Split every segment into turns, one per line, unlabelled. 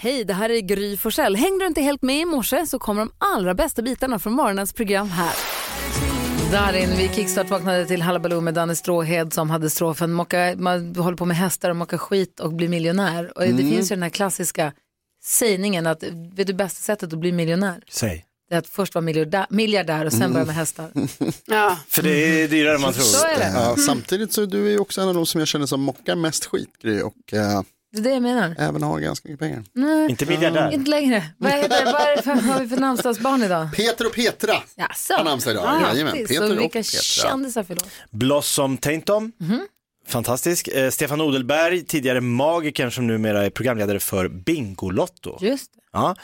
Hej, det här är Gry Forssell. Hängde du inte helt med i morse så kommer de allra bästa bitarna från morgonens program här. Darin, vi kickstart-vaknade till Hallabaloo med Danne Stråhed som hade strofen mocka, man håller på med hästar och mockar skit och blir miljonär. Och det
Mm.
finns ju den här klassiska sägningen att vet du bästa sättet att bli miljonär?
Säg.
Det är att först vara miljardär, miljardär och sen börja med hästar.
Ja.
För det är dyrare än man tror.
Så är det.
Ja, samtidigt så är du är ju också en av de som jag känner som mockar mest skitgrej och eh,
Det är det jag menar.
även har ganska mycket pengar.
Nej,
Inte miljardär.
inte längre. Vad heter det? Vad är det för, vad har vi för namnsdagsbarn idag?
Peter och Petra
Jaså?
har namnsdag idag. Jajamän,
Grattis.
Peter
och
och
vilka
Petra.
kändisar förlåt.
Blossom Taintom. Fantastisk. Eh, Stefan Odelberg, tidigare magikern som numera är programledare för Bingolotto.
Just det.
Ja.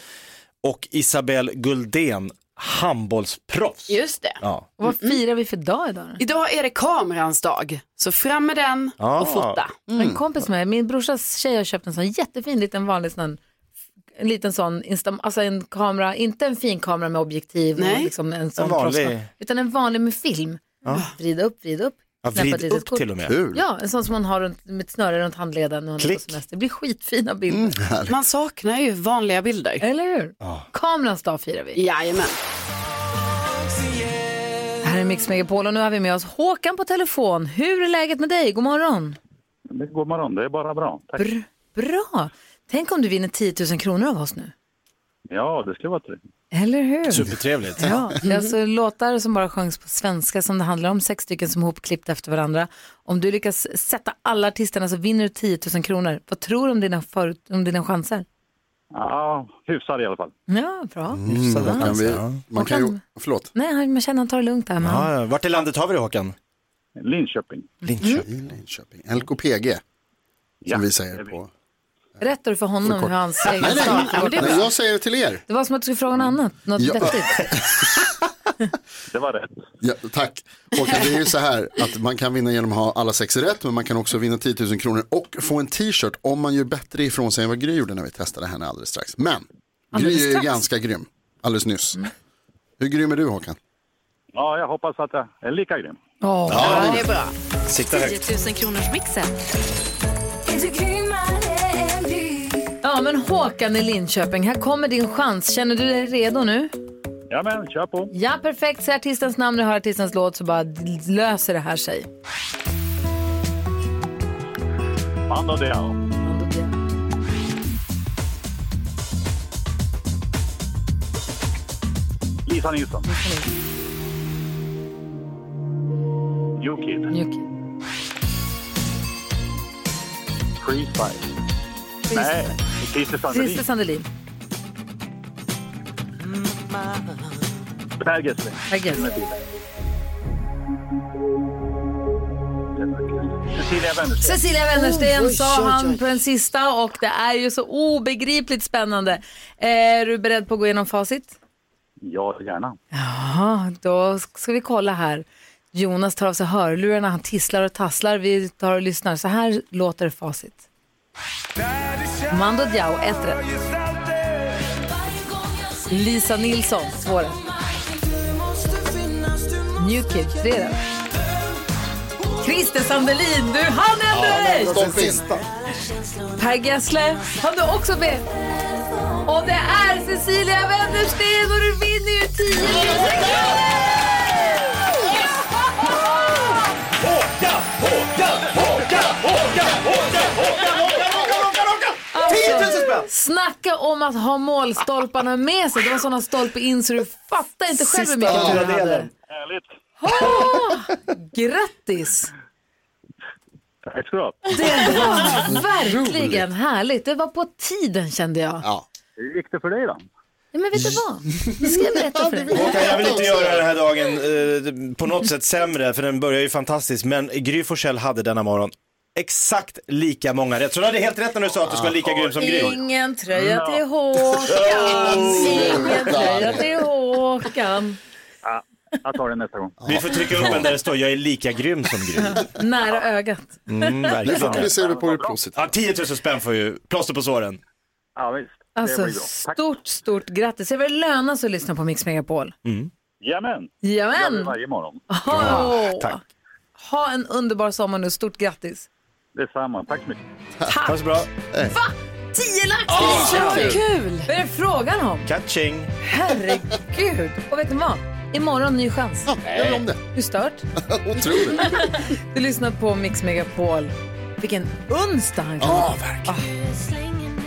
Och Isabel Guldén, handbollsproffs.
Just det.
Ja.
Och vad firar vi för dag idag? då?
Idag är det kamerans dag, så fram med den
Ja.
och fota.
Mm.
En kompis med min brorsas tjej har köpt en sån jättefin liten vanlig sån, en liten sån, insta, alltså en kamera, inte en fin kamera med objektiv, och
Nej.
liksom en, sån
En vanlig.
proffskamera, utan en vanlig med film. Vrida upp, vrida upp.
Ja,
knäppa ett
vrid
litet
upp till och med.
Kul.
Ja, en sån som man har runt, med ett snöre runt handleden när hon är på
Klick. Mm.
semester. Det blir skitfina bilder.
Man saknar ju vanliga bilder.
Eller hur? Kamerans dag firar vi.
Jajamän.
Det här är Mix Megapol och nu har vi med oss Håkan på telefon. Hur är läget med dig? God morgon.
Det går morgon, det är bara bra. Tack.
Br- bra. Tänk om du vinner 10 000 kronor av oss nu.
Ja, det skulle vara trevligt.
Eller hur?
Supertrevligt.
Ja, det är alltså låtar som bara sjöngs på svenska som det handlar om, sex stycken som är hopklippta efter varandra. Om du lyckas sätta alla artisterna så vinner du 10 000 kronor. Vad tror du om dina, för, om dina chanser?
Ja, hyfsad i alla fall.
Ja, bra.
Så där kan vi,
Ja.
man kan ju, förlåt.
Nej, han- man känner att han tar det lugnt där. Ja.
Ja, ja. vart i landet har vi det Håkan?
Linköping.
Linköping.
I Linköping. LKPG
Ja,
som vi
det
säger
är
på.
Berättar du för honom hur hans egen
Nej,
start
nej,
var?
nej, jag säger det till er.
Det var som att du skulle fråga något annat, något
Ja.
vettigt.
Det var rätt.
Ja, tack. Och det är ju så här att man kan vinna genom att ha alla sex rätt, men man kan också vinna 10 000 kronor och få en t-shirt om man gör bättre ifrån sig än vad Gry gjorde när vi testade henne alldeles strax. Men
Alldeles
Gry är ju
strax?
ganska grym, alldeles nyss. Hur grym är du Håkan?
Ja, jag hoppas att jag är lika grym.
Åh,
Ah.
Ja, det är bra.
Sikta högt.
10 000 kronors mixen.
Ja, men Håkan i Linköping, här kommer din chans. Känner du dig redo nu?
Ja, men kör på.
Ja, perfekt. Säg artistens namn när du hör artistens låt så bara d- löser det här sig.
Mando Diao.
Mando Diao.
Lisa Nilsson. You Kid.
Njuki.
Freestyle. Nej, Christer Sandelin.
Christer Sandelin.
Per Gessle.
Per
Mm.
Gessle.
Cecilia Wennersten.
Cecilia Wennersten sa han på den sista och det är ju så obegripligt spännande. Eh, Är du beredd på att gå igenom facit?
Ja, gärna.
Ja, då ska vi kolla här. Jonas tar av sig hörlurarna, han tisslar och tasslar. Vi tar och lyssnar. Så här låter facit. Mando Diao, ett rätt. Lisa Nilsson, två rätt. New Kid, tre rätt. Christer Sandelin, du hann ändra dig!
Stompis.
Per Gessle har du också med. Och det är Cecilia Wennersten och du vinner ju 10 000 kronor! Alltså, snacka om att ha målstolparna med sig. Det var såna stolpe in så du fattar inte själv hur mycket tur du hade.
Härligt.
Åh, Grattis!
Tack ska du ha.
Det var verkligen härligt. Det var på tiden kände jag.
Ja.
Hur gick det för dig då?
Ja, men vet du vad? Nu ska jag berätta för dig.
Håkan, jag vill inte göra den här dagen eh, på något sätt sämre, för den börjar ju fantastiskt, men Gry Forssell hade denna morgon exakt lika många rätt. Så du hade helt rätt när du sa att du skulle vara lika grym som Gry.
Ingen tröja till Håkan. Ingen tröja till Håkan.
Jag tar det nästa gång.
Vi får trycka upp en där det står jag är lika grym som Gry.
Mm, Nära ögat.
Mm,
Nu får vi
verkligen.
se det på det positivt.
Ja, 10 000 spänn får ju plåster på såren.
Ja, visst. det
Alltså,
blir bra. Tack.
stort, stort grattis. Jag vill löna sig att lyssna på Mix Megapol.
Jajamän. Jag gör det
Jajamän!
varje morgon.
Ha-
tack.
Ha en underbar sommar nu. Stort grattis.
Detsamma. Tack så mycket.
Ha det så bra.
10 lax
Ah,
till Linköping.
vad
kul!
Vad är det frågan om?
Catching!
Herregud. Och vet du vad? Imorgon ny chans.
Ja, Ah, jag gör om det.
Du stört?
Otroligt.
Du lyssnar på Mix Megapol. Vilken onsdag han kan
Ja, verkligen.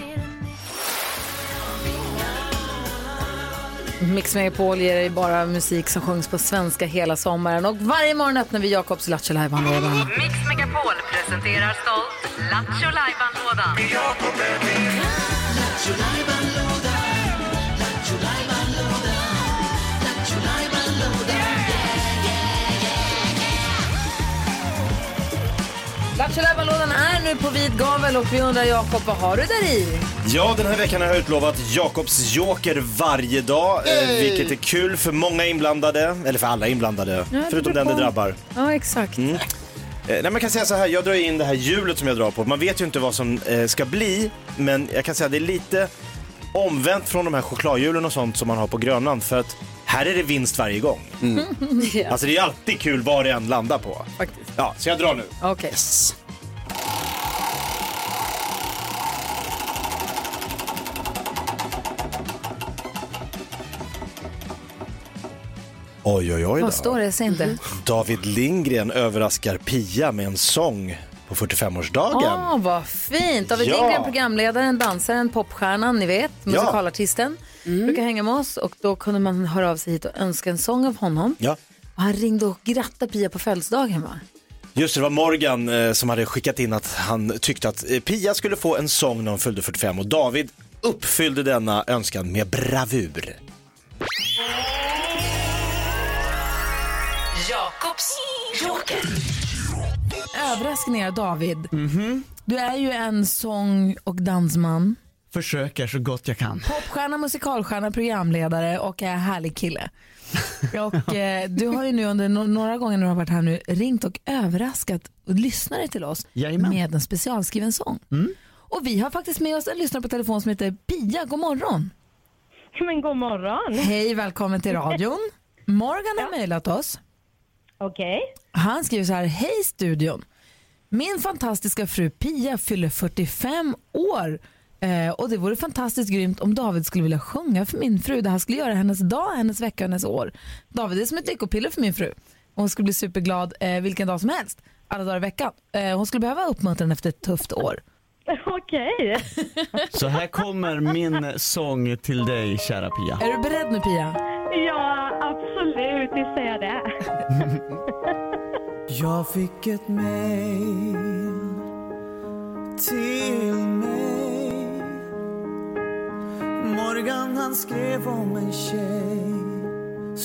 Mix Megapol ger dig bara musik som sjungs på svenska hela sommaren och varje morgon öppnar vi Jakobs Lattjo Lajban-låda.
Mix Megapol presenterar stolt Lattjo Lajban-lådan.
Lattjo Lajban-lådan är nu på vid gavel och vi undrar Jakob, vad har du där i?
Ja, den här veckan har jag utlovat Jakobs joker varje dag, eh, vilket är kul för många inblandade, eller för alla inblandade,
beror
förutom den det
på.
drabbar.
Ja, exakt.
Eh, Nej, man kan säga så här, jag drar in det här hjulet som jag drar på. Man vet ju inte vad som eh, ska bli, men jag kan säga att det är lite omvänt från de här chokladhjulen och sånt som man har på Grönland. För att här är det vinst varje gång.
Ja.
Alltså det är alltid kul vad det än landar på.
Faktiskt.
Ja, så jag drar nu.
Okej.
Oj, oj, oj
Vad står det? Jag ser inte.
David Lindgren överraskar Pia med en sång på 45-årsdagen.
Åh, vad fint! David
Ja.
Lindgren, programledaren, dansaren, popstjärnan, ni vet, musikalartisten,
Mm.
brukar hänga med oss och då kunde man höra av sig hit och önska en sång av honom.
Ja.
Och han ringde och grattade Pia på födelsedagen, va?
Just det, det var Morgan eh, som hade skickat in att han tyckte att eh, Pia skulle få en sång när hon fyllde 45 och David uppfyllde denna önskan med bravur.
Jakobs joker.
Överraskningar, David.
Mhm.
Du är ju en sång och dansman.
Försöker så gott jag kan.
Popstjärna, musikalstjärna, programledare och är härlig kille. Och, eh, du har ju nu under no- några gånger när du har varit här nu ringt och överraskat och lyssnare till oss
Jajamän.
med en specialskriven sång. Och vi har faktiskt med oss en lyssnare på telefon som heter Pia. God morgon!
Men god morgon.
Hej, välkommen till radion. Morgan har mejlat oss.
Okej.
Han skriver så här, hej studion. Min fantastiska fru Pia fyller 45 år eh, och det vore fantastiskt grymt om David skulle vilja sjunga för min fru. Det här skulle göra hennes dag, hennes vecka, hennes år. David är som ett lyckopiller för min fru. Hon skulle bli superglad eh, vilken dag som helst, alla dagar i veckan. Eh, hon skulle behöva uppmuntran efter ett tufft år.
Okej.
Så här kommer min sång till dig kära Pia.
Är du beredd nu Pia?
Ja, absolut. Visst är jag det.
Jag fick ett mail till mig Morgan han skrev om en tjej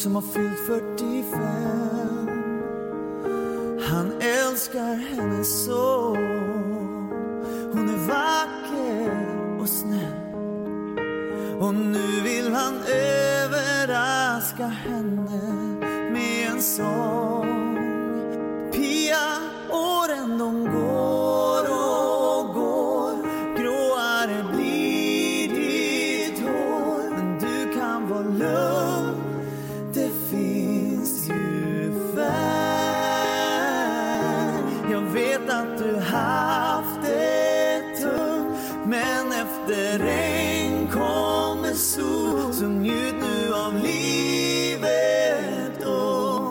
som har fyllt 45 Han älskar henne så Hon är vacker och snäll och nu vill han överraska henne med en sång Pia, åren de går och går Gråare blir ditt hår Men du kan vara lugn Det finns ju färg Jag vet att du haft det tungt Men efter regn kommer sol Så njut nu av livet och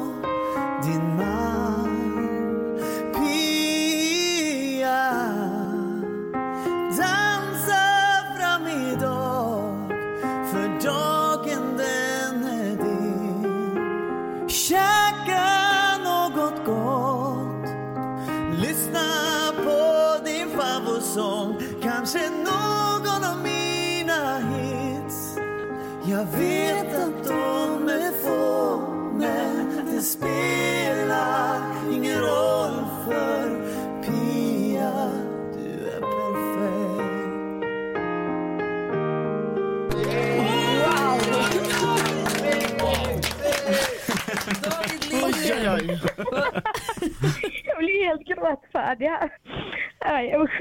din man Pia Dansa fram idag För dagen den är din Käka något gott Lyssna på din favvosång Kanske någon av mina hits jag vet att de är få men det spelar ingen roll för Pia, du är perfekt
Jag blir helt gråtfärdig här. Nej, usch.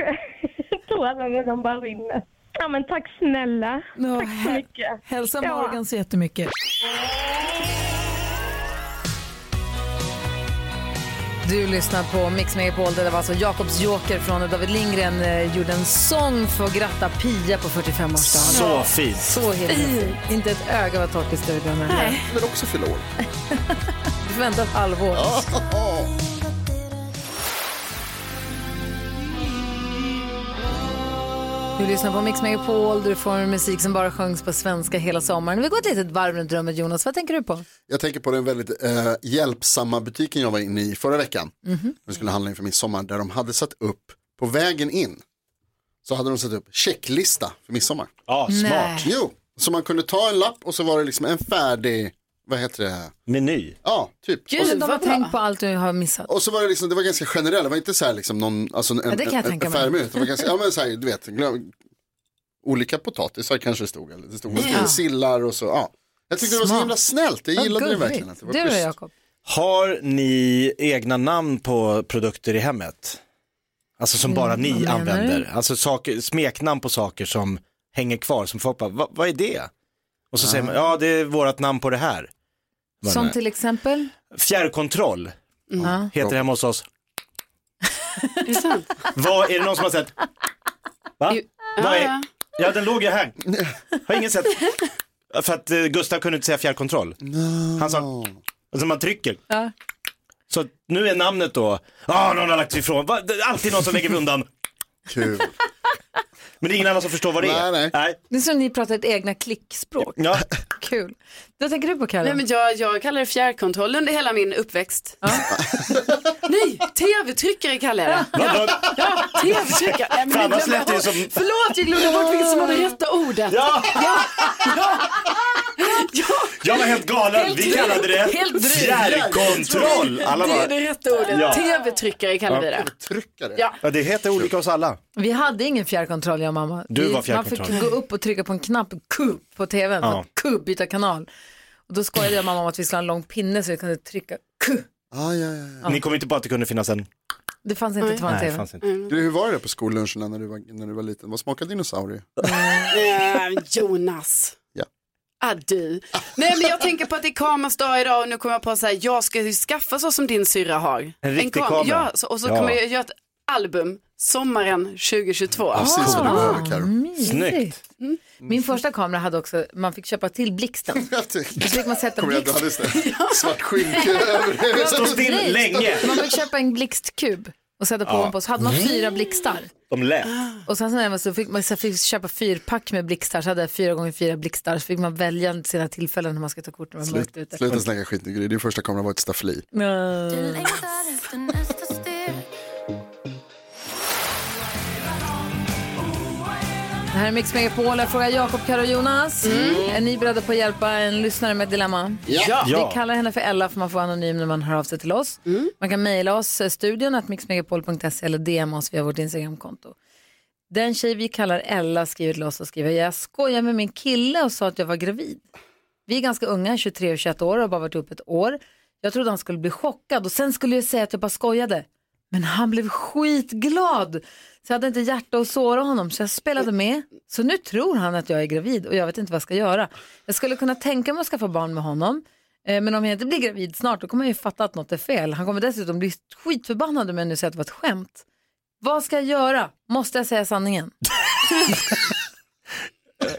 Tårarna de bara rinner. Ja, men tack snälla.
Nå,
tack så
hä-
mycket.
Hälsa
Ja.
Morgan så jättemycket. Du lyssnar på Mix Megapol där det var alltså Jakobs Joker från när David Lindgren eh, gjorde en sång för att gratta Pia på 45-årsdagen.
Så fint.
Så himla fint. Inte ett öga var torrt i studion. Nej.
Eller också fylla år.
Du får vänta ett halvår. Du lyssnar på Mix Megapol där du får musik som bara sjöngs på svenska hela sommaren. Vi går ett litet varv runt rummet Jonas. Vad tänker du på?
Jag tänker på den väldigt eh, hjälpsamma butiken jag var inne i förra veckan. Vi skulle handla inför midsommar där de hade satt upp på vägen in. Så hade de satt upp checklista för midsommar.
Ja, smart.
Nej.
Jo, så man kunde ta en lapp och så var det liksom en färdig, vad heter det?
Meny.
Ja, typ.
Gud, de har
vad bra.
tänkt på allt du har missat.
Och så var det liksom, det var ganska generellt, det var inte så här liksom någon, alltså en,
Ja, det kan jag
en,
tänka
en
mig.
färgmynt. Det var ganska, ja men så här, du vet, glöm, olika potatisar kanske det stod, eller det stod
Ja.
sillar och så, ja. Jag tyckte det var så
Smart.
himla snällt, jag
Vad
gillade det
gulligt.
verkligen. Att det var
Du då
schysst.
Jakob?
Har ni egna namn på produkter i hemmet? Alltså som bara ni
Mm, vad menar
använder.
du?
Alltså saker, smeknamn på saker som hänger kvar, som folk bara, "Va- vad är det? Och så säger man, ja det är vårt namn på det här. Vad är
Som
det?
till exempel?
Fjärrkontroll
Mm. Ja.
heter det hemma hos oss.
Är det sant?
Vad, är det någon som har sett? Va? Vad
Ja,
är,
ja.
ja den låg ju här. Har ingen sett? För att eh, Gustav kunde inte säga fjärrkontroll. Han sa, alltså man trycker.
Ja.
Så nu är namnet då, ah, någon har lagt sig ifrån, Va? Det är alltid någon som lägger undan.
Kul.
Men det är ingen annan som förstår vad det är.
Nej, nej.
Det är som ni pratar ett egna klickspråk.
Ja.
Kul. Vad tänker du på Karin?
Nej, men jag, jag kallar det fjärrkontroll under hela min uppväxt. Nej, tv-tryckare kallar jag det.
Ja.
Ja, tv-tryckare. Nej, men
För annars
glömde
lät det ju
jag
som-
bort. Förlåt, jag glömde bort vilket som var det rätta ordet.
Ja.
Ja.
Jag var helt galen, vi kallade det
Helt dryg.
fjärrkontroll. Alla
Det är
bara,
det rätta ordet.
Ja.
Tv-tryckare kallar vi det.
Tryckare.
Ja.
ja, det heter olika hos alla.
Vi hade ingen fjärrkontroll jag och mamma.
Du
Vi-
var fjärrkontroll.
Man fick gå upp och trycka på en knapp, kubb, på tvn.
Ja.
Kubb, byta kanal. Och då skojade jag mamma om att vi skulle ha en lång pinne så vi kunde trycka kubb.
Ah, ja, ja, ja.
Ni kom inte på att det kunde finnas en?
Det fanns inte till vår
Nej, det Mm.
tv.
fanns inte.
Du, hur var det på skolluncherna när du var, när du var liten? Vad smakade dinosaurie?
Eh, Jonas.
Ja.
Ah, du. Nej men jag tänker på att det är kamerans dag idag och nu kommer jag på så här, jag ska ju skaffa så som din syrra har.
riktig
kam-
kamera.
Ja, så, och så
Ja.
kommer jag göra ett album sommaren 2022.
Ah.
Precis vad du
Mm.
behöver Carro.
Mysigt. Min första kamera hade också, man fick köpa till blixten. Så fick man sätta
Kommer jag du
blixten.
hade sådär svart skynke över
Stå still
Nej.
länge. Mm.
Man fick köpa en blixtkub och sätta på den på så hade man fyra blixtar.
De lät.
Och sen så, när jag var så fick man så fick köpa fyrpack med blixtar, så hade jag fyra gånger fyra blixtar. Så fick man välja sina tillfällen hur man ska ta kort när man var mörkt
Slut-
ute.
Sluta snacka skit nu Gry, din första kamera var ett staffli.
Mm. Det här är Mix Megapol. Jag frågar Jakob, Karo och Jonas. Är ni beredda på att hjälpa en lyssnare med ett dilemma?
Mm. Ja. Mm.
Vi kallar henne för Ella för man får vara anonym när man hör av sig till oss. Man kan mejla oss, eh, studion, att mixmegapol.se eller DM oss via vårt Instagramkonto. Den tjej vi kallar Ella skriver till oss och skriver, jag skojar med min kille och sa att jag var gravid. Vi är ganska unga, 23 och 21 år och har bara varit upp ett år. Jag trodde han skulle bli chockad och sen skulle jag säga att jag bara skojade. Men han blev skitglad. Så jag hade inte hjärta att såra honom så jag spelade med. Så nu tror han att jag är gravid och jag vet inte vad jag ska göra. Jag skulle kunna tänka mig att skaffa barn med honom. eh, Men om jag inte blir gravid snart då kommer jag ju fatta att något är fel. Han kommer dessutom bli skitförbannad om jag nu säger att det var ett skämt. Vad ska jag göra? Måste jag säga sanningen?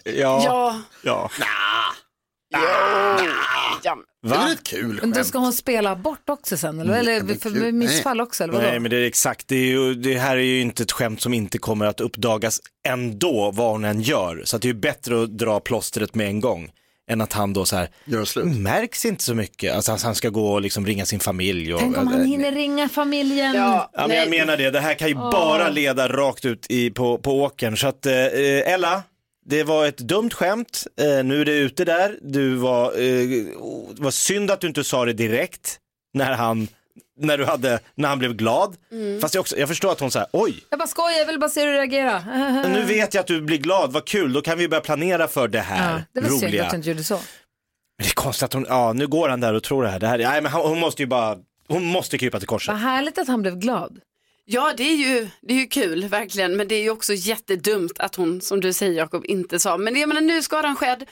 Ja.
Ja.
ja.
ja.
Det är
Va?
väl ett kul
Men
skämt?
då ska hon spela bort också sen eller?
Mm,
Eller
men
för
gud,
missfall också eller vadå?
Nej men det är exakt, det, är ju, det här är ju inte ett skämt som inte kommer att uppdagas ändå vad hon än gör. Så att det är ju bättre att dra plåstret med en gång än att han då så här,
Gör slut.
märks inte så mycket. Alltså att han ska gå och liksom ringa sin familj. Och,
Tänk om han hinner ringa familjen.
ja.
Ja, men jag
Nej.
menar det, det här kan ju bara leda rakt ut i, på, på åkern. Så att eh, Ella, det var ett dumt skämt, eh, nu är det ute där. Du var, eh, oh, det var synd att du inte sa det direkt när han, när du hade, när han blev glad.
Mm.
Fast jag, också, jag förstår att hon säger, oj,
Jag bara skojar, jag vill bara se hur du reagerar.
nu vet jag att du blir glad, vad kul, då kan vi börja planera för det här
Ja, Ah, det var synd
roliga.
att du inte gjorde så.
Men det är konstigt att hon, ja nu går han där och tror det här, det här är- nej men han- hon måste ju bara, hon måste krypa till korset.
Vad härligt att han blev glad.
Ja, det är, ju, det är ju kul verkligen, men det är ju också jättedumt att hon, som du säger Jakob, inte sa. Men jag menar, nu är skadan skedd,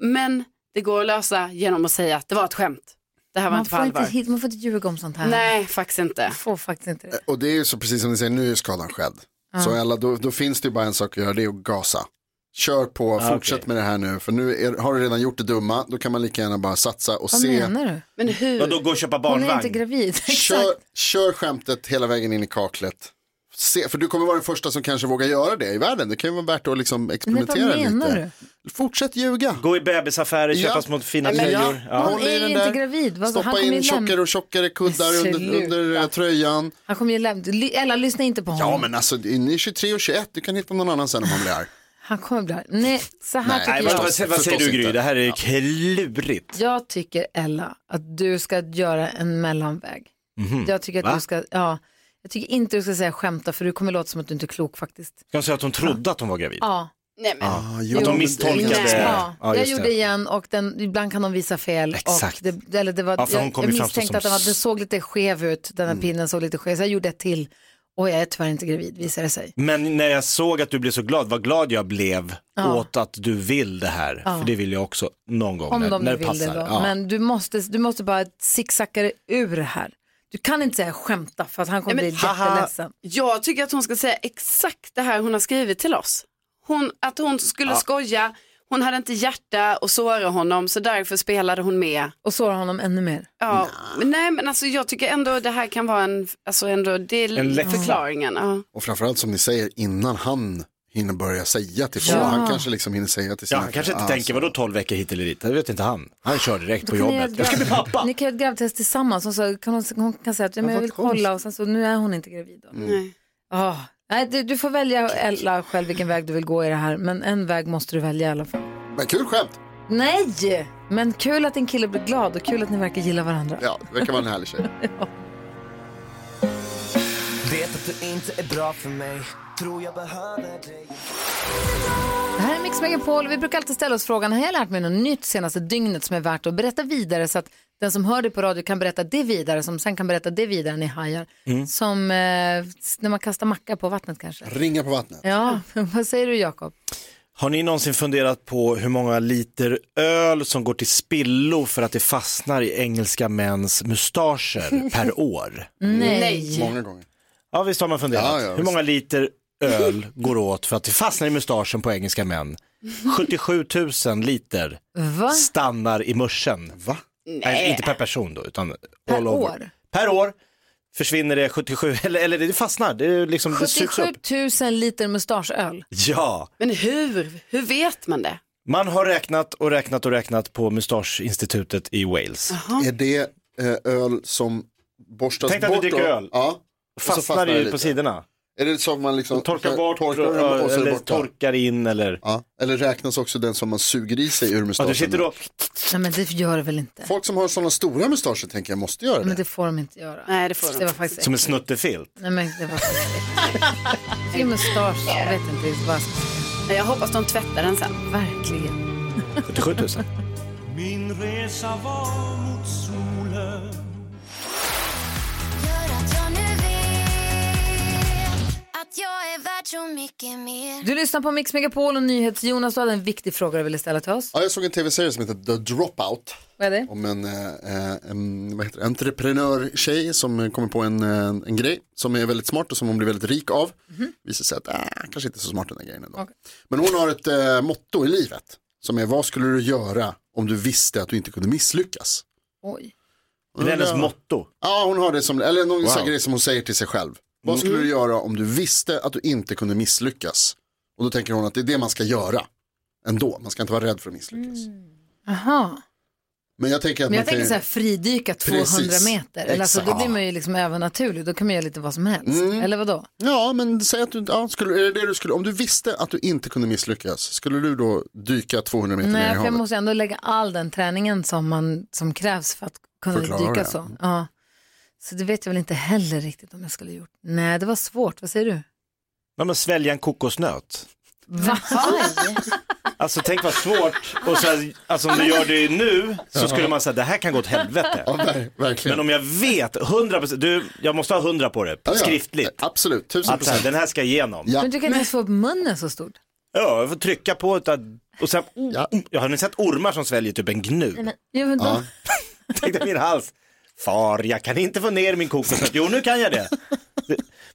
men det går att lösa genom att säga att det var ett skämt. Det här var
man,
inte på
får inte,
allvar.
hit, man får inte ljuga om sånt här.
Nej, faktiskt inte.
Får faktiskt inte det.
Och det är ju så precis som ni säger, nu är skadan skedd. Så alla, då, då finns det ju bara en sak att göra, det är att gasa. Kör på, fortsätt med det här nu, för nu är, har du redan gjort det dumma, då kan man lika gärna bara satsa och
Vad
se.
menar du?
Men hur?
Vadå gå och köpa
Hon är inte
barnvagn?
gravid. Exakt.
Kör, kör skämtet hela vägen in i kaklet. Se, för du kommer vara den första som kanske vågar göra det i världen. Det kan ju vara värt att liksom experimentera
vad menar
lite. Fortsätt ljuga.
Gå i bebisaffärer, köpa
Ja.
små fina
Nej, men jag-
tröjor. Ja.
Hon
Håll i
är ju
den
inte
där.
gravid. Vad- han
Stoppa
kommer
in
ju läm-
tjockare och tjockare kuddar under,
Sluta.
under eh, tröjan.
Han kommer ju lämna. Li- Ella, lyssna inte på honom.
Ja men alltså, ni är 23 och 21, du kan hitta någon annan sen om man blir arg.
Han kommer bli arg. Nej, så här
Nej,
tycker
Nej,
jag.
vad, vad, vad säger
Förstås
du Gry?
inte.
Det här är klurigt.
Jag tycker Ella att du ska göra en mellanväg.
Mhm.
Jag tycker att
Va?
du ska, ja. Jag tycker inte du ska säga skämta för du kommer låta som att du inte är klok faktiskt.
Ska hon säga att hon trodde att hon var gravid?
Ja,
Nej, men.
Ah, jo,
Att de
men det-
misstolkade-
Ja.
det.
ja.
Ja,
jag
just
gjorde
det.
igen och den, ibland kan de visa fel.
Exakt.
Och det, eller det var,
Ja, för hon
jag,
kom
jag
ju fram
misstänkte
som- Mm.
att den, var, den såg lite skev ut, den här pinnen såg lite skev så jag gjorde ett till. Och jag är tyvärr inte gravid visar det sig.
Men när jag såg att du blev så glad, vad glad jag blev
Ja.
åt att du vill det här. För det vill jag också någon gång
Om
när,
de
när
nu
det
vill
passar.
det då.
Ja.
Men du måste, du måste bara zigzacka dig ur det här. Du kan inte säga skämta för att han kommer
Nej, men-
bli jätteledsen.
Jag tycker att hon ska säga exakt det här hon har skrivit till oss. Hon, att hon skulle skoja, hon hade inte hjärta och såra honom så därför spelade hon med.
Och såra honom ännu mer.
Ja, men nej men alltså jag tycker ändå det här kan vara en, alltså ändå, det är
En läxa.
förklaringen. Ja.
Och framförallt som ni säger, innan han hinner börja säga till folk.
Ja.
Han kanske liksom hinner säga till
Ja,
sina
han kanske inte
Ah,
alltså.
tänker,
så-
vadå 12 veckor hit eller dit? Det vet inte han. Han kör direkt på
Kan ni
jobbet.
göra
Jag ska
ett
bli
grav-
pappa.
Ni kan göra ett gravtest tillsammans och så kan hon, hon kan säga att ja, men jag vill kolla och sen så nu är hon inte gravid. Då.
Nej.
Ah. Nej, du, du får välja Ella själv vilken väg du vill gå i det här men en väg måste du välja i alla fall.
Men kul skämt.
Nej! Men kul att din kille blir glad och kul att ni verkar gilla varandra.
Ja, det verkar vara en härlig tjej.
Vet att du inte är bra för mig Tror jag behöver dig
Det här är Mix Megapol. Vi brukar alltid ställa oss frågan, har jag lärt mig något nytt senaste dygnet som är värt att berätta vidare så att den som hör det på radio kan berätta det vidare som sen kan berätta det vidare, ni hajar. Som eh, s- när man kastar macka på vattnet kanske.
Ringa på vattnet.
Ja, vad säger du Jakob?
Har ni någonsin funderat på hur många liter öl som går till spillo för att det fastnar i engelska mäns mustascher per år?
Nej.
Många gånger.
Ja, visst har man funderat.
Ja, ja,
Hur många liter öl går åt för att det fastnar i mustaschen på engelska män? 77 000 liter
Va?
stannar i muschen.
Va?
Nej, inte per person då, utan
Per
all over.
år?
Per år försvinner det 77, eller, eller det fastnar, det, är liksom, det sugs
77
upp.
000 liter mustaschöl.
Ja,
Men hur, hur vet man det?
man har räknat och räknat och räknat på mustaschinstitutet i Wales.
Är det eh, öl som borstas
Tänk
bort?
att du dricker
och-
öl.
Ja. Och så
Fastnar,
det
ju
lite.
på sidorna.
Är det som man liksom
Torkar bort
torkar dem
och,
och så är det
eller
borta?
torkar in eller...
Ja. Eller räknas också den som man suger i sig ur
Ja,
mustaschen?
du sitter då...
Nej men det gör det väl inte?
Folk som har sådana stora mustascher tänker jag måste göra det.
Men det får de inte göra.
Nej, det får de
Det var
inte.
faktiskt
Som en snuttefilt.
Nej men det var faktiskt Det är mustasch, jag vet inte vad jag ska säga.
Nej, Jag hoppas de tvättar den sen.
Verkligen.
77 000.
Min resa var mot solen
Du lyssnar på Mix Megapol och NyhetsJonas. Du hade en viktig fråga du ville ställa till oss.
Ja, jag såg en tv-serie som heter The Dropout.
Vad är det?
Om en, eh, eh, en vad heter det, entreprenörtjej som eh, kommer på en, eh, en grej som är väldigt smart och som hon blir väldigt rik av.
Mhm.
Visar sig att, äh, kanske inte så smart den där grejen ändå. Men hon har ett eh, motto i livet som är vad skulle du göra om du visste att du inte kunde misslyckas?
Oj.
Det är hennes motto.
Ja, hon har det som, eller någon
Wow. Mm.
sån grej som hon säger till sig själv. Vad skulle du göra om du visste att du inte kunde misslyckas? Och då tänker hon att det är det man ska göra ändå. Man ska inte vara rädd för att misslyckas.
Aha.
Men jag tänker att
Mm. Men
man
jag tänker
kan...
så här fridyka 200
Precis.
meter. Eller alltså, då
Exakt. Mm.
blir man ju liksom övernaturlig. Då kan man göra lite vad som helst. Eller vadå?
Ja, men säg att du, ja, skulle, är det det du skulle, om du visste att du inte kunde misslyckas, skulle du då dyka 200 meter ner
Nej,
i
för jag
havet?
måste ändå lägga all den träningen som, man, som krävs för att kunna
Förklara
dyka
det.
så. Ja. Så det vet jag väl inte heller riktigt om jag skulle gjort. Nej, det var svårt. Vad säger du?
Ja, men svälja en kokosnöt.
Va?
Alltså tänk vad svårt. Och så här, alltså om du gör det nu så skulle man säga det här kan gå åt
Ja,
helvete.
ver, verkligen.
Men om jag vet 100%, du, jag måste ha 100 på det,
Ja, ja.
skriftligt.
Absolut, tusen
Att så här,
procent.
den här ska igenom.
Ja.
Men du kan inte ens få upp munnen så stort.
Ja, jag får trycka på utan, och sen,
Ja.
jag har ni sett ormar som sväljer typ en gnu?
Ja, men då,
Ja.
Tänkte min hals. Far, jag kan inte få ner min kokos. Jo, nu kan jag det.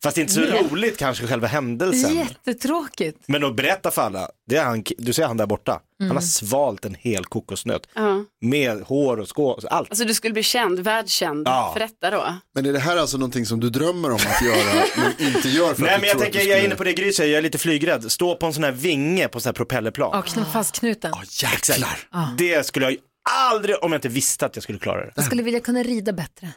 Fast inte så roligt kanske själva händelsen.
Jättetråkigt.
Men att berätta för alla, det är han, du ser han där borta, han
Mm.
har svalt en hel kokosnöt
Ja.
med hår och skå, allt.
Alltså du skulle bli känd, världskänd
Ja.
för detta då.
Men är det här alltså någonting som du drömmer om att göra men inte gör för
Nej men
att du
jag
tror att
tänker, jag
du
är
skulle-
inne på det Gry säger, jag är lite flygrädd. Stå på en sån här vinge på sån här propellerplan.
Ja, knä fast knuten.
Jäklar.
Ah.
Det skulle jag ju aldrig, om jag inte visste att jag skulle klara det.
Jag skulle vilja kunna rida bättre.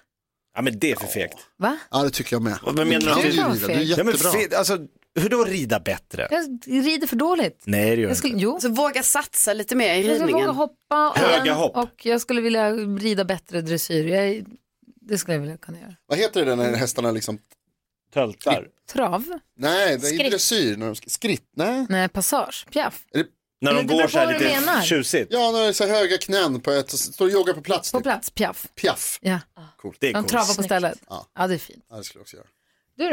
Ja men det är för fegt.
Va?
Ja det tycker jag med.
Vad menar
du
du?
kan ju
Det var
rida, du är
fel.
Ja, men
jättebra.
fe- alltså, hur då rida bättre?
Jag rider för dåligt.
Nej det gör
Jag
jag
skulle,
inte.
jo.
Så våga satsa lite mer i
Jag skulle våga
ridningen.
hoppa och,
Höga hopp.
och jag skulle vilja rida bättre dressyr. Jag, är- det skulle jag vilja kunna göra.
Vad heter det när
Mm.
hästarna liksom,
Töltar.
Trav?
nej det är ju
Skritt.
dressyr, när de sk- skritt, nej.
Nej, passage. Piaff.
När de
Det beror
går
på
så här
vad du menar.
lite tjusigt.
Ja när det är så här höga knän på ett, står och joggar på plats,
På
typ.
plats, piaff.
piaff.
Ja.
Det
De
är coolt.
travar på stället.
Ja.
Ja, det är fint.
Ja, det skulle jag också göra.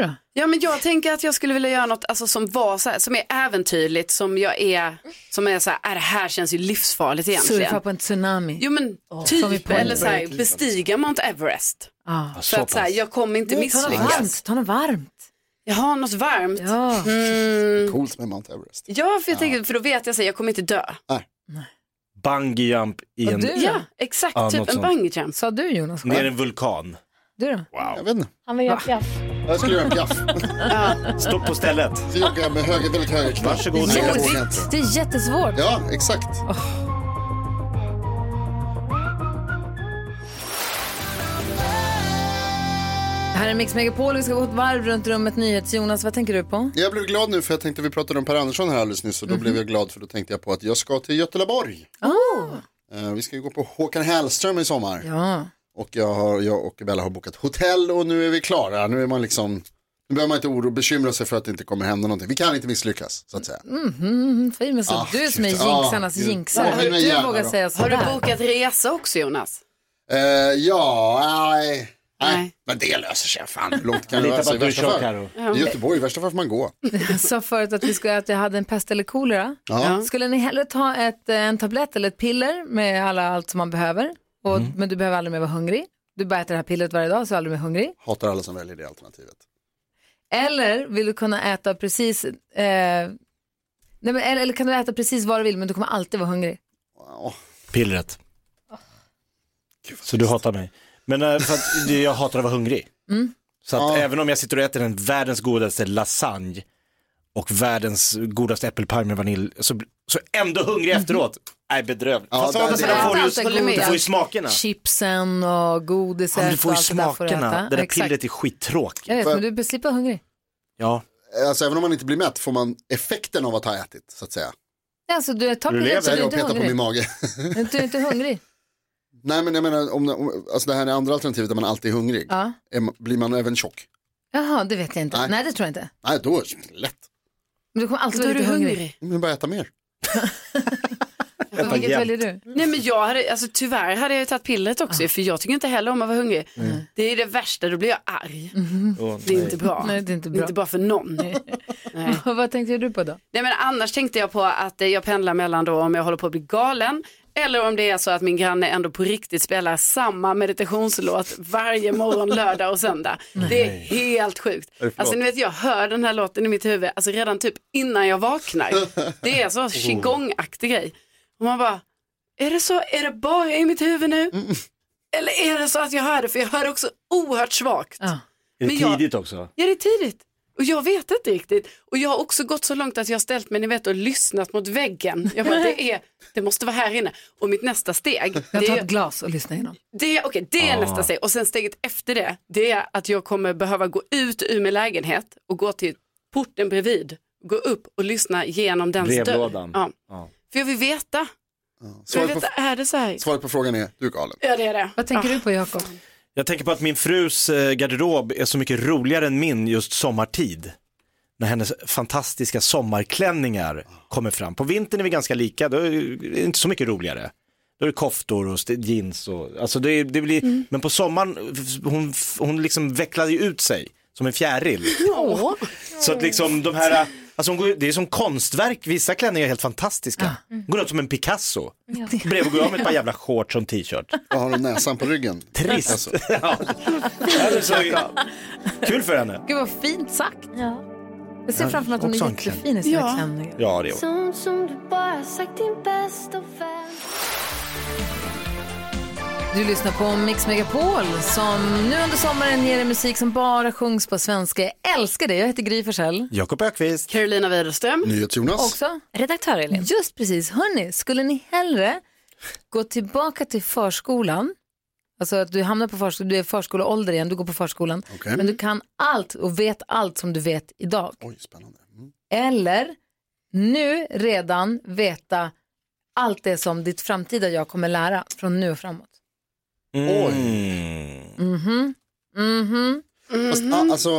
Du då?
Ja men jag tänker att jag skulle vilja göra något alltså, som var så här, som är äventyrligt, som jag är, som är så här, "Äh, det här känns ju livsfarligt egentligen.
Surfa på en tsunami.
Jo men
som i
typ,
Point
eller så här, bestiga Mount Everest.
Ja.
För att så här, jag kommer
Ta
inte
något
misslyckas.
varmt. Ta något varmt.
Jag har något varmt. Mm. Ja,
Ja. Mm.
Coolt med Mount Everest.
för, jag tänker, för då vet jag att jag kommer inte dö.
Bungee jump i
Och
en,
du?
Ja, exakt.
Ja, något
typ en
sånt.
bungee jump.
Sa du Jonas?
ner i en vulkan.
Du då?
Jag vet inte,
Han vill göra piaff.
jag skulle göra en piaff.
Stå på stället.
Så joggar jag med höga, väldigt höga knän.
Varsågod.
Nej, jag vågar inte.
Jodigt. Det är jättesvårt.
Ja, exakt.
Här är Mix Megapol. Vi ska gå ett varv runt rummet. NyhetsJonas, vad tänker du på?
Jag blev glad nu för jag tänkte vi pratade om Per Andersson här alldeles nyss och då blev jag glad för då tänkte jag på att jag ska till Göteborg. Eh, Vi ska ju gå på Håkan Hellström i sommar
Ja.
och jag, har, jag och Bella har bokat hotell och nu är vi klara. Nu är man liksom, nu behöver man inte oro bekymra sig för att det inte kommer hända någonting. Vi kan inte misslyckas så att säga.
Mm, fin, men så
Ah,
du som är
gud. Ah,
jinxarnas
gud.
jinxare.
Ja, men
du
gärna
vågar
då.
säga
Har du
sådär.
bokat resa också Jonas?
Eh, ja, nej.
Nej.
Nej, men det löser sig. Fan, hur långt kan det
Lita
lösa
på att
sig? I
du
värsta
kör,
fall.
Karo.
I Göteborg, i värsta fall får man gå.
Jag sa förut att, vi skulle, att jag hade en pest eller kolera.
Ja.
Skulle ni hellre ta ett, eh, en tablett eller ett piller med alla, allt som man behöver? Och,
Mm.
Men du behöver aldrig mer vara hungrig. Du bara äter det här pillret varje dag så är du aldrig mer hungrig.
Hatar alla som väljer det alternativet.
Eller vill du kunna äta precis... Eh, nej men, eller, eller kan du äta precis vad du vill men du kommer alltid vara hungrig.
Wow.
Pillret. Så du hatar mig. Men eh, för att jag hatar att vara hungrig.
Mm.
Så att
Ja.
även om jag sitter och äter den världens godaste lasagne och världens godaste äppelpaj med vanilj så, så ändå
Mhm.
hungrig efteråt. Nej, bedrövligt.
Ja,
Fast å
det-
andra
det-
sidan får du,
Allt är
ju- du
godast.
får ju smakerna.
Chipsen och
Ja,
godiset
men du får
och
ju
allt det där får du äta.
smakerna. Det där
Exakt.
pillret är skittråkigt.
Jag vet,
För-
men du slipper vara hungrig.
Ja.
Alltså även om man inte blir mätt får man effekten av att ha ätit så att säga.
Nej, Alltså, du tar
Du
pillret
lever.
så
Där
du är
jag
inte
petar på min
hungrig.
mage.
Men Du är inte hungrig.
Nej men jag menar, om, om, alltså det här är andra alternativet där man alltid är hungrig.
Ja.
Är man- Blir man även tjock?
Jaha, det vet jag inte. Nej,
Nej.
det tror jag inte.
Nej, då är det lätt.
Men du kommer alltid
Då
vara
är du
lite hungrig.
hungrig.
Men bara äta mer.
Äta
Vilket
jämt.
väljer du?
Nej men jag hade, alltså tyvärr hade jag ju tagit pillret också för jag tycker inte heller om att vara hungrig. Det är det värsta, då blir jag arg.
Åh,
Det är
nej.
inte bra.
Mm. Nej, det är inte
Det är
bra.
inte bra för någon. Nej.
Vad tänkte du på då?
Nej men annars tänkte jag på att eh, jag pendlar mellan då om jag håller på att bli galen eller om det är så att min granne ändå på riktigt spelar samma meditationslåt varje morgon, lördag och söndag. Det är helt sjukt. Alltså ni vet jag hör den här låten i mitt huvud, alltså redan typ innan jag vaknar. Det är
Oh.
så qigong-aktig grej. Och man bara, är det så, är det bara i mitt huvud nu?
Mm.
Eller är det så att jag hör det? För jag hör det också oerhört svagt.
Ja.
Är det
Men jag-
tidigt också?
Ja, det är tidigt. Och jag vet inte riktigt. Och jag har också gått så långt att jag har ställt mig, ni vet, och lyssnat mot väggen. Jag bara, det, är, det måste vara här inne. Och mitt nästa steg,
Jag
det
tar ett
är,
glas och lyssnar igenom.
det, okay, det är nästa steg. Och sen steget efter det, det är att jag kommer behöva gå ut ur min lägenhet och gå till porten bredvid, gå upp och lyssna genom den
Brevlådan.
Ja.
Ja.
För jag vill veta, jag vill
Svaret på,
veta, är det så här?
svaret på frågan är, du är galen.
Ja, det är det.
Vad tänker du på Jakob?
Jag tänker på att min frus eh, garderob är så mycket roligare än min just sommartid. När hennes fantastiska sommarklänningar kommer fram. På vintern är vi ganska lika, då är det inte så mycket roligare. Då är det koftor och st- jeans och, alltså det, är- det blir, men på sommaren, f- hon, f- hon liksom vecklade ju ut sig som en fjäril.
Ja.
Så att liksom de här Alltså hon går, ju- det är som konstverk, vissa klänningar är helt fantastiska. Går ut som en Picasso. Bredvid går jag med ett par jävla shorts och en t-shirt.
Jag har näsan på ryggen.
Trist.
Alltså.
Ja. Ja, det är så- Kul för henne.
Gud vad fint sagt.
Ja.
Jag ser framför mig att hon
också
är
en klänning.
jättefin i sina
Ja.
klänningar.
Ja, det är hon.
Sånt som du bara sagt din bästa vän.
Du lyssnar på Mix Megapol som nu under sommaren ger dig musik som bara sjungs på svenska. Jag älskar det. Jag heter Gry Forssell.
Jakob Ökvist.
Carolina Widerström.
NyhetsJonas.
Också.
Redaktör Elin.
Just precis. Hörni, skulle ni hellre gå tillbaka till förskolan, alltså att du hamnar på förskolan, du är förskoleålder igen, du går på förskolan,
Okej.
men du kan allt och vet allt som du vet idag.
Oj, spännande. Mm.
Eller nu redan veta allt det som ditt framtida jag kommer lära från nu och framåt.
Mm. Oj.
Mhm, mhm,
Fast, a- alltså,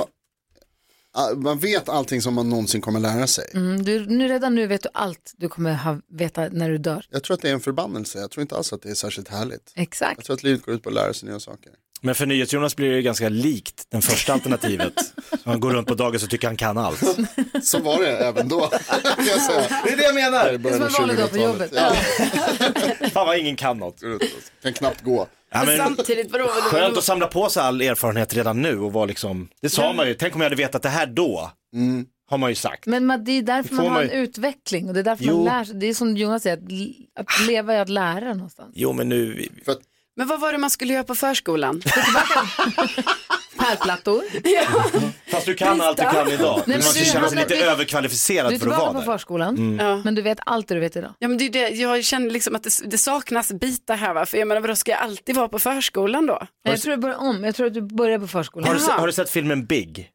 a- man vet allting som man någonsin kommer lära sig.
mm. Du, nu redan nu vet du allt du kommer ha, veta när du dör.
Jag tror att det är en förbannelse. Jag tror inte alls att det är särskilt härligt. Jag
Exakt.
tror att livet går ut på att lära sig nya saker.
Men för NyhetsJonas blir det ju ganska likt det första alternativet. Han går runt på dagen så tycker han kan allt.
Så var det även då. kan jag säga.
Det är det jag menar.
I början
som
av
en vanlig dag på
2000-talet.
jobbet.
Ja.
Fan vad ingen kan något.
Kan knappt gå.
Ja,
Men
men,
Samtidigt, vadå? vadå,
skönt
vadå?
att samla på sig all erfarenhet redan nu och vara liksom, det sa man ju, tänk om jag hade vetat det här då. Har man ju sagt.
Mm. Men man, det är därför
Får
man har
man-
en utveckling och det är därför
Jo. Ah.
man lär sig. Det är som Jonas säger, att, l- att leva är att lära någonstans.
Jo men nu,
För att
Men vad var det man skulle göra på förskolan?
pärlplattor.
fast du kan allt du kan idag.
men
man ska
du
känna sig
hamnar-
lite
du- Du
överkvalificerad
är
för att
tillbaka
vara
på
där. Mm.
förskolan,
Ja.
men du vet allt det du vet idag.
Ja, men det är det. Jag känner liksom att det, det saknas bitar här. Va? För jag menar, vadå, ska jag alltid vara på förskolan då?
Nej, Jag tror du börjar om, jag tror att du börjar på
Har
förskolan.
du, se- har du sett filmen Big?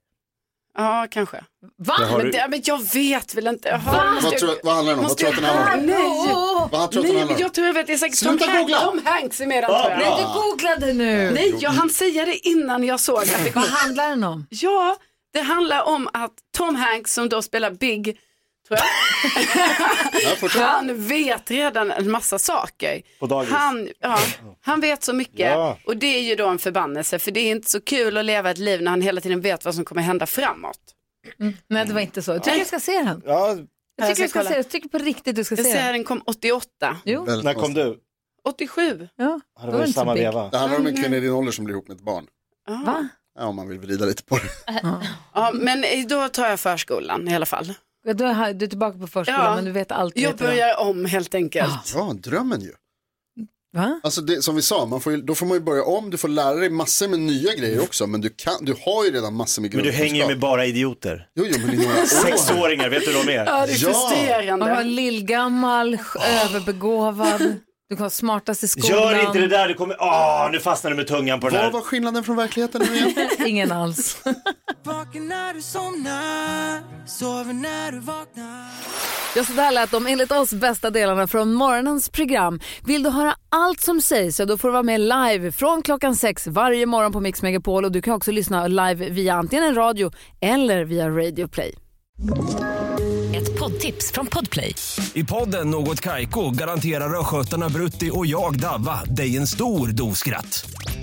Ja, kanske.
Va?
Har
Men,
du-
det, men jag vet väl inte. Jaha, måste
Vad,
jag-
tror, vad handlar den om? Vad
Måste
tror att den handlar om?
jag- Nej,
Vad tror att den
nej
handlar
men
om?
jag tror jag vet. Det är säkert
Sluta
Tom, Hanks-
googla!
Tom Hanks är med den
Ja,
tror jag.
bra.
Nej, du googlade nu!
Nej, jag, han säger det innan jag såg att det kom.
Vad handlar den om?
Ja, det handlar om att Tom Hanks som då spelar Big, tror jag, han vet redan en massa saker.
På dagis.
Han, ja, han vet så mycket
Ja.
och det är ju då en förbannelse för det är inte så kul att leva ett liv när han hela tiden vet vad som kommer hända framåt.
Nej, det var inte så. Jag tycker jag ska se den.
Ja,
Jag
Jag
tycker
ska
du ska
kolla.
se den. Jag tycker på riktigt du ska
Jag
se
ser
den.
den kom 88,
Jo,
Väldigt
när kom
konstigt.
du?
åttiosju.
ja. Då
Ja, Det
var
var
det
ju
inte
samma
Big.
veva.
Det handlar om en kvinna i din ålder som blir ihop med ett barn.
Va?
Ja, om man vill vrida lite på det.
Ja, men eh, då tar jag förskolan i alla fall.
Ja, Du är, här- du är tillbaka på förskolan,
Ja.
men du vet allt du
Jag
vet idag.
börjar om helt enkelt.
Ja, drömmen ju.
Va?
Alltså det, som vi sa, man får ju, då får man ju börja om, du får lära dig massor med nya grejer också, men du, kan, du har ju redan massor med
Men du
grundkunskap.
hänger ju med bara idioter.
Jo, jo, men i några år.
Sexåringar, vet du hur de är?
Ja, det är
Ja.
frustrerande.
Man var lillgammal, sj- överbegåvad, du var smartast i skolan.
Gör inte det där, du kommer, åh, nu fastnar du med tungan på den
Vad
här.
var skillnaden från verkligheten nu igen?
Ingen alls. Ja, så där lät de enligt oss bästa delarna från morgonens program. Vill du höra allt som sägs så då får du vara med live från klockan sex varje morgon på Mix Megapol och du kan också lyssna live via antingen en radio eller via Radio Play.
Ett poddtips från Podplay.
I podden Något Kaiko garanterar östgötarna Brutti och jag, Davva, dig en stor dos skratt.